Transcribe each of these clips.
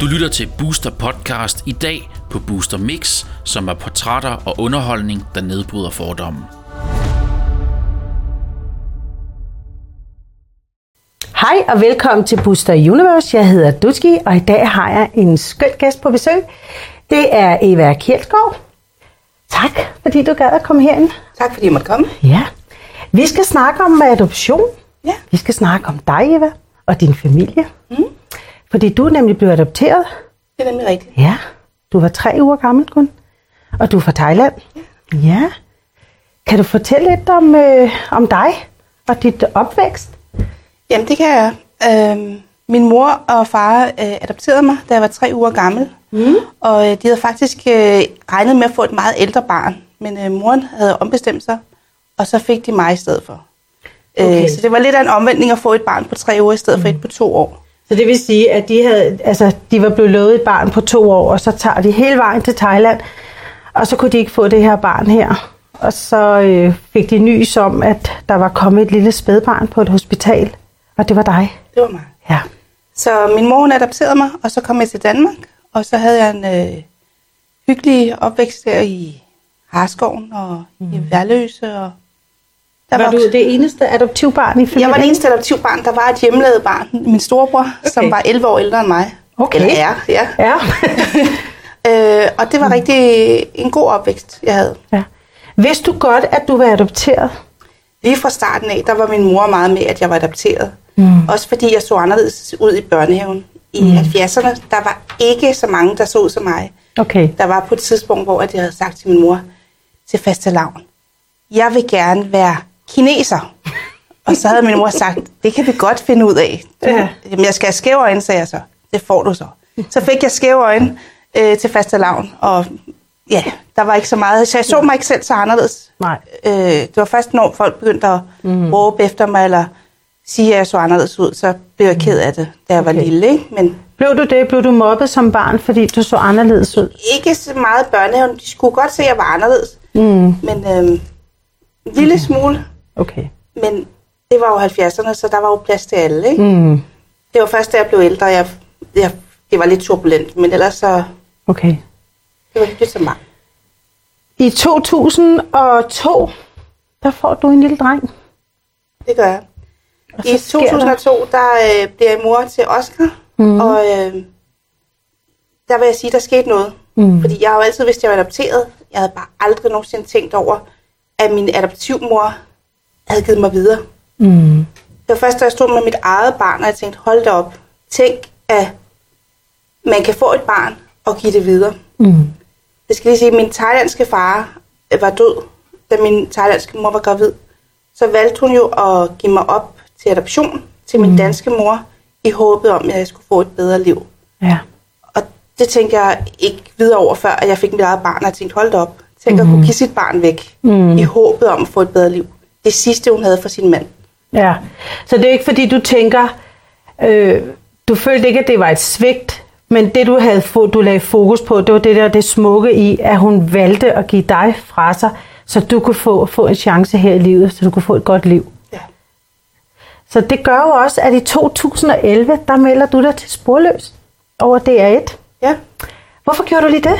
Du lytter til Booster Podcast i dag på Booster Mix, som er portrætter og underholdning, der nedbryder fordomme. Hej og velkommen til Booster Universe. Jeg hedder Dutski, og i dag har jeg en skøn gæst på besøg. Det er Eva Kjeldskov. Tak, fordi du gad at komme herind. Tak fordi jeg måtte komme. Ja. Vi skal snakke om adoption. Ja. Vi skal snakke om dig, Eva, og din familie. Mm. Fordi du er nemlig blevet adopteret. Det er nemlig rigtigt. Ja. Du var tre uger gammel kun. Og du er fra Thailand. Ja. ja. Kan du fortælle lidt om, øh, om dig og dit opvækst? Jamen, det kan jeg. Øhm, min mor og far øh, adopterede mig, da jeg var tre uger gammel. Mm. Og øh, de havde faktisk øh, regnet med at få et meget ældre barn. Men øh, moren havde ombestemt sig, og så fik de mig i stedet for. Okay. Okay. Øh, så det var lidt af en omvendning at få et barn på tre uger i stedet for et på to år. Så det vil sige, at de, havde, altså, de var blevet lovet et barn på to år, og så tager de hele vejen til Thailand, og så kunne de ikke få det her barn her. Og så øh, fik de nys om, at der var kommet et lille spædbarn på et hospital, og det var dig. Det var mig. Ja. Så min mor hun adopterede mig, og så kom jeg til Danmark, og så havde jeg en øh, hyggelig opvækst der i Harskoven og mm. i Værløse. Og der Var du det eneste adoptivbarn i familien? Jeg var det eneste adoptivbarn, der var et hjemmelavet barn. Min storebror, okay. som var 11 år ældre end mig. Okay. Eller er, ja. Ja. øh, og det var rigtig en god opvækst, jeg havde. ja. Vidste du godt, at du var adopteret? Lige fra starten af, der var min mor meget med, at jeg var adopteret. Mm. Også fordi jeg så anderledes ud i børnehaven. I mm. 70'erne, der var ikke så mange, der så ud som mig. Okay. Der var på et tidspunkt, hvor jeg havde sagt til min mor til fastelavn, jeg vil gerne være kineser. Og så havde min mor sagt, det kan vi godt finde ud af. Du, Ja. Jamen, jeg skal have skæve øjne, sagde jeg så. Det får du så. Så fik jeg skæve øjne øh, til fastelavn, og ja, der var ikke så meget. Så jeg så mig ikke selv så anderledes. Nej. Mhm. Øh, det var først, når folk begyndte at mm. råbe efter mig, eller sige, at jeg så anderledes ud, så blev jeg ked af det, da jeg okay. var Okay. lille. Ikke? Men Blev du det? Blev du mobbet som barn, fordi du så anderledes ud? ikke så meget børnehaven. De skulle godt se, at jeg var anderledes. Mm. Men øhm, en lille smule. Okay. Men det var jo 70'erne, så der var jo plads til alle. Ikke? Mm. Det var først, da jeg blev ældre. Jeg, jeg, det var lidt turbulent, men ellers så Okay. det var hyggeligt som barn. I 2002, der får du en lille dreng. Det gør jeg. Og så I sker Mhm. 2002, der øh, blev jeg mor til Oscar, mm. og øh, der vil jeg sige, der skete noget. Mm. Mhm. Fordi jeg har jo altid vidst, at jeg var adopteret. Jeg havde bare aldrig nogensinde tænkt over, at min adoptivmor havde givet mig videre. Mm. Mhm. Det var først, da jeg stod med mit eget barn, og jeg tænkte, hold da op. Tænk, at man kan få et barn og give det videre. Mm. Jeg skal lige sige, at min thailandske far øh, var død, da min thailandske mor var gravid. Så valgte hun jo at give mig op til adoption til min mm. danske mor, i håbet om, at jeg skulle få et bedre liv. Ja. Og det tænkte jeg ikke videre over, før at jeg fik mit eget barn, og jeg tænkte, hold da op. Tænk mm. at kunne give sit barn væk, mm. i håbet om at få et bedre liv. Det sidste, hun havde for sin mand. ja. Så det er ikke fordi, du tænker, øh, du følte ikke, at det var et svigt, men det du, havde, fo- du lagde fokus på, det var det der det smukke i, at hun valgte at give dig fra sig, så du kunne få, få en chance her i livet, så du kunne få et godt liv. Ja. Så det gør jo også, at i 2011, der melder du dig til sporløs over DR1. ja. Hvorfor gjorde du lige det?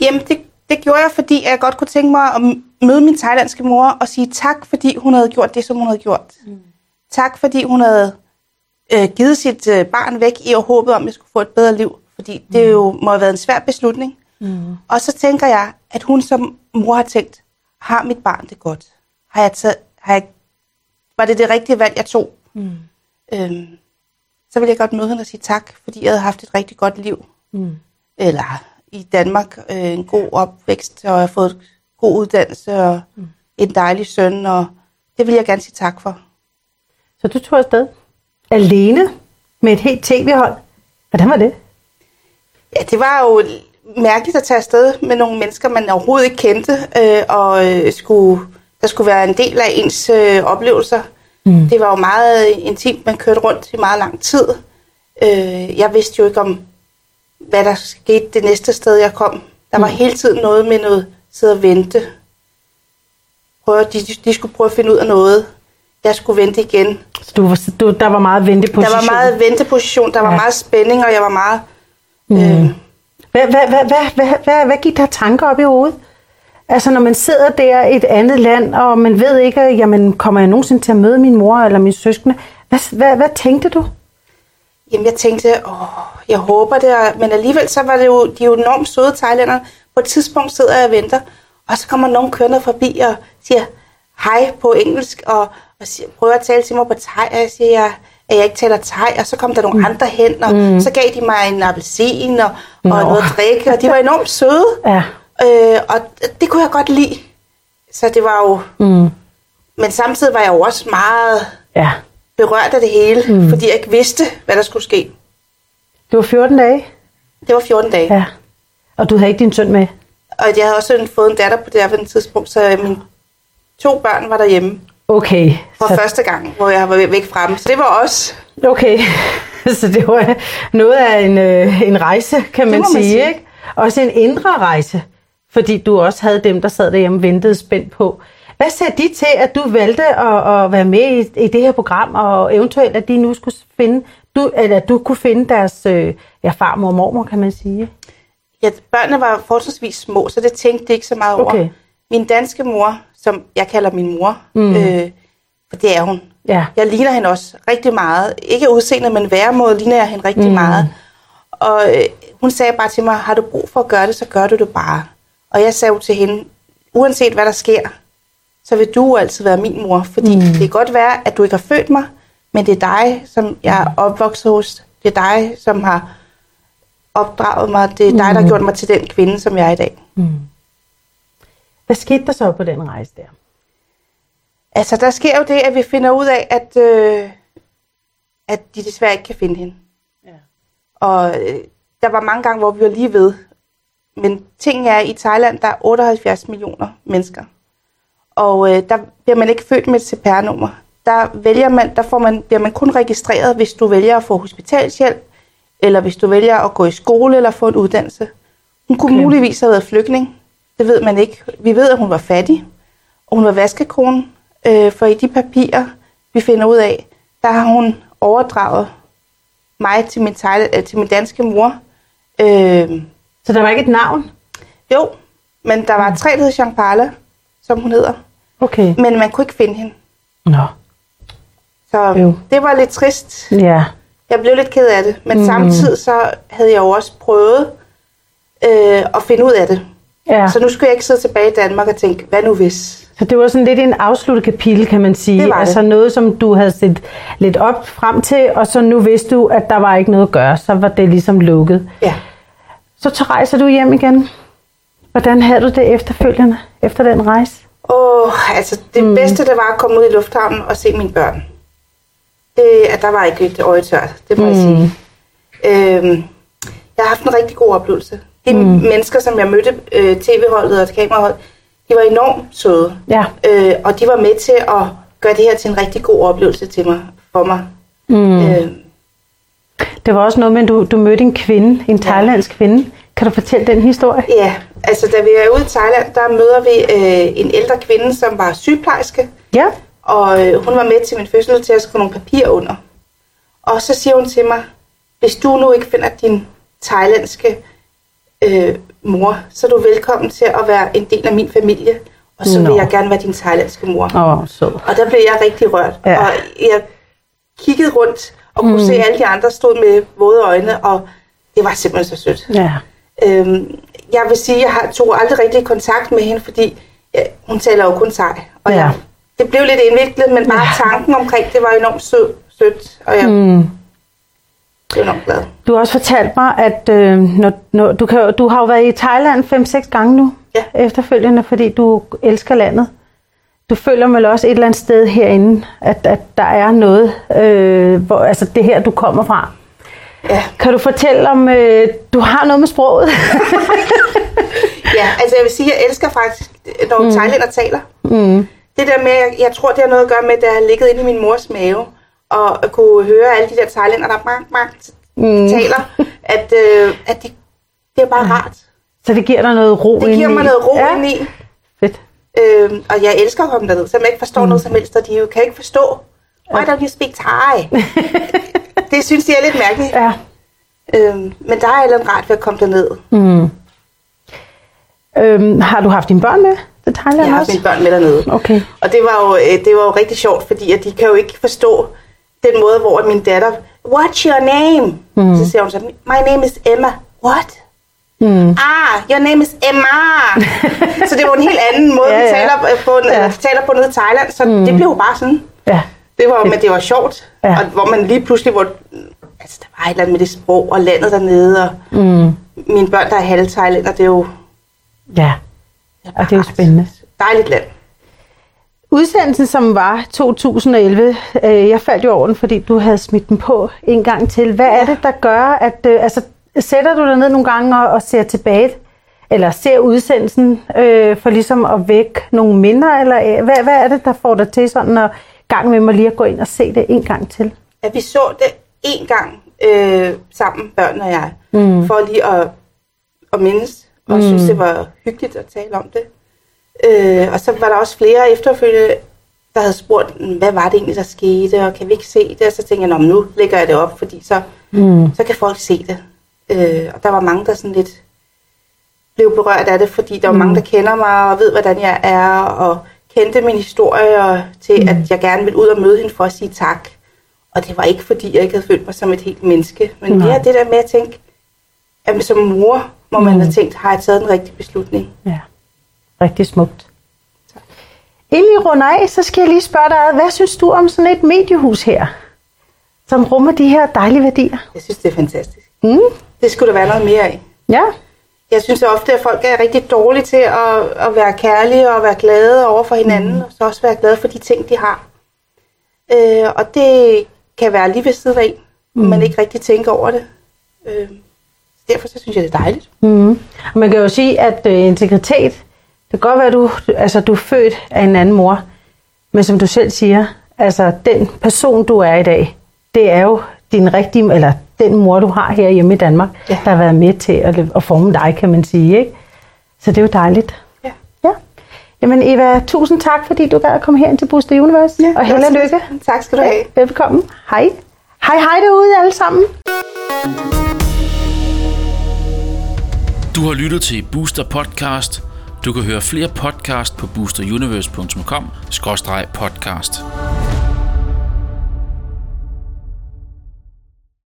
Jamen, det, det gjorde jeg, fordi jeg godt kunne tænke mig at møde min thailandske mor og sige tak, fordi hun havde gjort det, som hun havde gjort. Mm. Tak, fordi hun havde øh, givet sit øh, barn væk i og håbet om, at jeg skulle få et bedre liv. Fordi det jo må have været en svær beslutning. Mm. Og så tænker jeg, at hun som mor har tænkt, har mit barn det godt? Har jeg taget, har jeg, var det det rigtige valg, jeg tog? Mm. Øhm, så vil jeg godt møde hende og sige tak, fordi jeg havde haft et rigtig godt liv eller i Danmark øh, en god opvækst, og jeg har fået en god uddannelse og mm. en dejlig søn, og det vil jeg gerne sige tak for. Så du tog afsted alene med et helt tv-hold. Hvordan var det? Ja, det var jo mærkeligt at tage afsted med nogle mennesker, man overhovedet ikke kendte, øh, og øh, skulle, der skulle være en del af ens øh, oplevelser. Mm. Det var jo meget intimt, man kørte rundt i meget lang tid. Øh, jeg vidste jo ikke om, hvad der skete det næste sted, jeg kom. Der var hele tiden noget med noget sidde og vente. Prøve, de, de skulle prøve at finde ud af noget. jeg skulle vente igen. Så du, var- du, der var meget venteposition. Der var meget venteposition, der var Ja. meget spænding, og jeg var meget... Øh, Hvad, hvad, hvad, hvad, hvad, hvad, hvad gik der tanker op i hovedet? Altså, når man sidder der i et andet land, og man ved ikke, jamen, kommer jeg nogensinde til at møde min mor eller min søskende? Hvad, hvad, hvad tænkte du? Jamen, jeg tænkte, åh, jeg håber det, og- men alligevel så var det jo, de er jo enormt søde thailænder. På et tidspunkt sidder jeg og venter, og så kommer nogen kørende forbi og siger hej på engelsk, og, og siger, prøver at tale til mig på thai, og jeg siger, jeg, at jeg ikke taler thai, og så kom der nogle andre hen, og mm. så gav de mig en appelsin og, og Nå. noget at drikke, og de var enormt søde, Ja. øh, og det kunne jeg godt lide. Så det var jo... Mm. Men samtidig var jeg jo også meget Ja. berørt af det hele, mm. fordi jeg ikke vidste, hvad der skulle ske. Det var 14 dage? Det var 14 dage. Ja. Ja. Og du havde ikke din søn med? Og jeg havde også en- fået en datter på det her tidspunkt, så mine to børn var derhjemme Okay. for Så, første gang, hvor jeg var væk fra dem. Så det var også... okay. så det var noget af en, øh, en rejse, kan man, må man sige, sige. ikke? Også en indre rejse. Fordi du også havde dem, der sad derhjemme og ventede spændt på. Hvad sagde de til, at du valgte at, at være med i, i det her program, og eventuelt, at de nu skulle finde, du, eller at du kunne finde deres øh, ja, farmor og mormor, kan man sige? Ja, børnene var forholdsvis små, så det tænkte de ikke så meget over. Okay. Min danske mor, som jeg kalder min mor, mm. øh, for det er hun. Ja. Jeg ligner hende også rigtig meget. Ikke af udseendet, men væremåde ligner jeg hende rigtig mm. meget. Og øh, hun sagde bare til mig, har du brug for at gøre det, så gør du det bare. Og jeg sagde jo til hende, uanset hvad der sker, så vil du jo altid være min mor. Fordi mm. det kan godt være, at du ikke har født mig, men det er dig, som jeg er opvokset hos. Det er dig, som har opdraget mig. Det er dig, der har gjort mig til den kvinde, som jeg er i dag. Hvad skete der så på den rejse der? Altså, der sker jo det, at vi finder ud af, at, øh, at de desværre ikke kan finde hende. Ja. Og øh, der var mange gange, hvor vi var lige ved. Men ting er, i Thailand, der er 78 millioner mennesker. Og øh, der bliver man ikke født med et CPR-nummer. Der, vælger man, der får man, bliver man kun registreret, hvis du vælger at få hospitalshjælp, eller hvis du vælger at gå i skole eller få en uddannelse. Hun kunne okay. muligvis have været flygtning. Det ved man ikke. Vi ved, at hun var fattig, og hun var vaskekone. Øh, for i de papirer, vi finder ud af, der har hun overdraget mig til min, thai, øh, til min danske mor. Øh, Så der var ikke et navn? jo, men der var tre, der hed Jean Parla, som hun hedder. Okay. Men man kunne ikke finde hende. Nå. Så Jo. jo. det var lidt trist. Ja. Jeg blev lidt ked af det. Men mm. samtidig så havde jeg jo også prøvet øh, at finde ud af det. ja. Så nu skulle jeg ikke sidde tilbage i Danmark og tænke, hvad nu hvis? Så det var sådan lidt en afsluttet kapitel, kan man sige. Det var det. altså noget, som du havde set lidt op frem til, og så nu vidste du, at der var ikke noget at gøre. Så var det ligesom lukket. Ja. Så t- rejser du hjem igen. Hvordan havde du det efterfølgende, efter den rejse? Åh, altså det mm. bedste, det var at komme ud i lufthavnen og se mine børn. Det, at der var ikke et øje tørt, det må mm. jeg sige. Øhm, jeg har haft en rigtig god oplevelse. De mm. mennesker, som jeg mødte, øh, tv-holdet og kameraholdet, de var enormt søde. Ja. Øh, og de var med til at gøre det her til en rigtig god oplevelse til mig, for mig. Mm. Øh, Det var også noget med, at du, du mødte en kvinde, en thailandsk kvinde. Kan du fortælle den historie? ja, altså da vi er ude i Thailand, der møder vi øh, en ældre kvinde, som var sygeplejerske. Ja. Og øh, hun var med til min fødsel til at skrive nogle papirer under. Og så siger hun til mig, hvis du nu ikke finder din thailandske øh, mor, så er du velkommen til at være en del af min familie. Og så Nå. vil jeg gerne være din thailandske mor. Åh, oh, så. Og der blev jeg rigtig rørt. Ja. Ja. Og jeg kiggede rundt og kunne mm. se, at alle de andre stod med våde øjne, og det var simpelthen så sødt. Ja. Øhm, jeg vil sige, at jeg har- tog aldrig rigtig kontakt med hende, fordi ja, hun taler jo kun sej. Og Ja. ja. jeg, det blev lidt indviklet, men bare ja. tanken omkring det var enormt sød, sødt, og jeg mm. blev enormt glad. Du har også fortalt mig, at øh, når, når, du, kan, jo- du har jo været i Thailand 5-6 gange nu, Ja. efterfølgende, fordi du elsker landet. Du føler vel også et eller andet sted herinde, at, at der er noget, øh, hvor, altså det her, du kommer fra. Ja. Kan du fortælle om, øh, du har noget med sproget? ja, altså jeg vil sige, at jeg elsker faktisk, når mm. thailænder taler. Mm. Det der med, jeg, jeg tror, det har noget at gøre med, at jeg har ligget inde i min mors mave, og at kunne høre alle de der thailænder, der mang, mang, mm. taler, at, øh, at de, det er bare rart. Så det giver dig noget ro Det giver indeni. mig noget ro Ah, ja. ja. ind i. Fedt. Øhm, og jeg elsker at komme derned, som ikke forstår mm. noget som helst, og de jo kan ikke forstå. Why don't you speak Thai? det synes de er lidt mærkeligt. Ja. Øhm, men der er et eller andet rart ved at komme derned. Mm. Øhm, har du haft dine børn med til Thailand Jeg har haft også? mine børn med dernede. Okay. Og det var jo, øh, det var jo rigtig sjovt, fordi at de kan jo ikke forstå den måde, hvor min datter, what's your name? Mm. Så siger hun så, my name is Emma. What? Mm. Ah, your name is Emma. så det var en helt anden måde, Ja, ja, ja. ja. vi taler øh, på, Ja. ja. taler på nede i Thailand, så mm. det blev jo bare sådan. Ja. Det var, men det var sjovt, Ja. ja. og hvor man lige pludselig, hvor, altså der var et eller andet med det sprog og landet dernede, og mm. mine børn, der er halve thailænder, det er jo... Ja. Og det er jo bare spændende. et Dejligt land. Udsendelsen, som var 2011, øh, jeg faldt jo over den, fordi du havde smidt den på en gang til. Hvad er det, der gør, at... Øh, altså, sætter du dig ned nogle gange og, og ser tilbage, eller ser udsendelsen øh, for ligesom at vække nogle minder, eller øh, hvad, hvad er det, der får dig til sådan at gang med mig lige at gå ind og se det en gang til? at vi så det en gang øh, sammen, børn og jeg, mm. for lige at, at mindes, og mm. synes, det var hyggeligt at tale om det. Øh, og så var der også flere efterfølgende, der havde spurgt, "Mm, hvad var det egentlig, der skete, og kan vi ikke se det? Og så tænkte jeg, "Nå, men nu lægger jeg det op, fordi så, mm. så kan folk se det. Øh, og der var mange, der sådan lidt blev berørt af det, fordi der var mange, der kender mig og ved, hvordan jeg er, og kendte min historie og til, mm. at jeg gerne ville ud og møde hende for at sige tak. Og det var ikke, fordi jeg ikke havde følt mig som et helt menneske, men mere det der med at tænke, at som mor må man have tænkt, har jeg taget den rigtige beslutning? Ja, rigtig smukt. Inden vi runder af, så skal jeg lige spørge dig, hvad synes du om sådan et mediehus her, som rummer de her dejlige værdier? Jeg synes, det er fantastisk. Mm? Det skulle der være noget mere af. Ja, Jeg synes ofte, at folk er rigtig dårlige til at, at være kærlige og være glade over for hinanden, mm. og så også være glade for de ting, de har. Øh, og det kan være lige ved siden af, mm. man ikke rigtig tænker over det. Øh, derfor så synes jeg, det er dejligt. Mm. Og man kan jo sige, at øh, integritet, det kan godt være, at du, altså, du er født af en anden mor, men som du selv siger, altså den person, du er i dag, det er jo din rigtige, eller den mor, du har her hjemme i Danmark, ja. Ja. der har været med til at, lø- at forme dig, kan man sige. Ikke? Så det er jo dejligt. Ja. Ja. Jamen Eva, tusind tak, fordi du gad at komme herind til Booster Universe, og held og lykke. Tak skal du have. Velkommen. Hej. Hej, hej derude alle sammen. Du har lyttet til Booster Podcast. Du kan høre flere podcast på boosteruniverse.com-podcast.